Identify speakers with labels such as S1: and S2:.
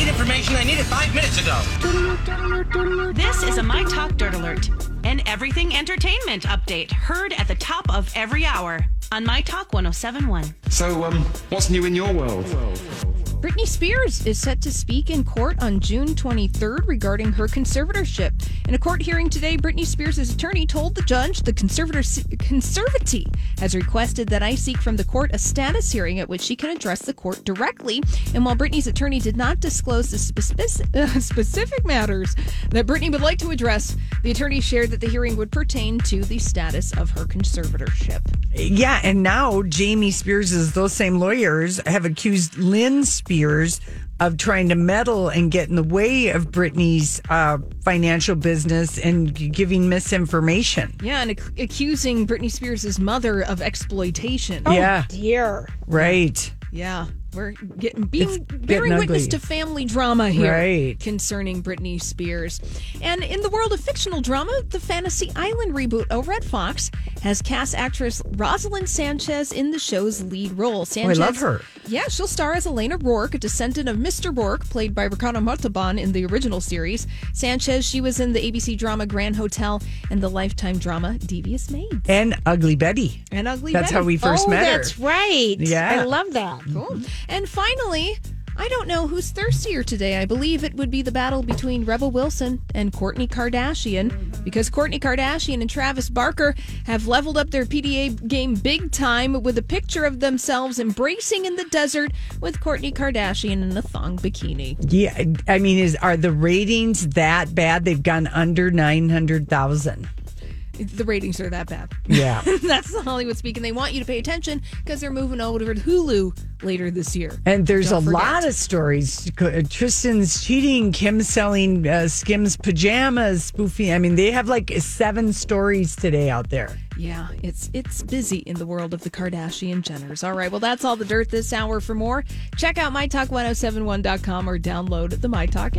S1: information I needed five minutes ago.
S2: This is a My Talk Dirt Alert, an everything entertainment update heard at the top of every hour on My Talk 1071.
S3: So, um, what's new in your world?
S4: Britney Spears is set to speak in court on June 23rd regarding her conservatorship. In a court hearing today, Britney Spears' attorney told the judge the conservator conservatee has requested that I seek from the court a status hearing at which she can address the court directly. And while Britney's attorney did not disclose the specific, uh, specific matters that Britney would like to address, the attorney shared that the hearing would pertain to the status of her conservatorship.
S5: Yeah, and now Jamie Spears' those same lawyers have accused Lynn Spears of trying to meddle and get in the way of Britney's uh, financial business and g- giving misinformation.
S4: Yeah, and ac- accusing Britney Spears' mother of exploitation.
S5: yeah,
S6: Oh, Dear.
S5: right.
S4: Yeah, we're getting being
S5: It's getting
S4: bearing witness
S5: ugly.
S4: to family drama here
S5: Right.
S4: concerning Britney Spears. And in the world of fictional drama, the Fantasy Island reboot O Red Fox has cast actress Rosalind Sanchez in the show's lead role. Sanchez,
S5: Oh, love her.
S4: Yeah, she'll star as Elena Rourke, a descendant of Mr. Rourke, played by Ricardo Montalban in the original series. Sanchez, she was in the ABC drama Grand Hotel and the Lifetime drama Devious Maids.
S5: And Ugly Betty.
S4: And Ugly
S5: That's
S4: Betty.
S5: how we first
S6: oh,
S5: met her.
S6: that's right.
S5: Yeah.
S6: I love that.
S4: Cool. And finally, I don't know who's thirstier today. I believe it would be the battle between Rebel Wilson and Courtney Kardashian because Courtney Kardashian and Travis Barker have leveled up their PDA game big time with a picture of themselves embracing in the desert with Courtney Kardashian in a thong bikini.
S5: Yeah, I mean, is are the ratings that bad? They've gone under nine hundred thousand.
S4: The ratings are that bad.
S5: Yeah.
S4: That's the Hollywood speak, and they want you to pay attention because they're moving over to Hulu later this year.
S5: And there's
S4: Don't
S5: a
S4: forget.
S5: lot of stories. uh, Tristan's cheating, Kim selling uh, Skim's pajamas, spoofing. I mean, they have like seven stories today out there.
S4: Yeah, it's it's busy in the world of the Kardashian Jenners. All right, well oh that's all the dirt this hour. For more, check out mytalk1071.com or download the MyTalk app.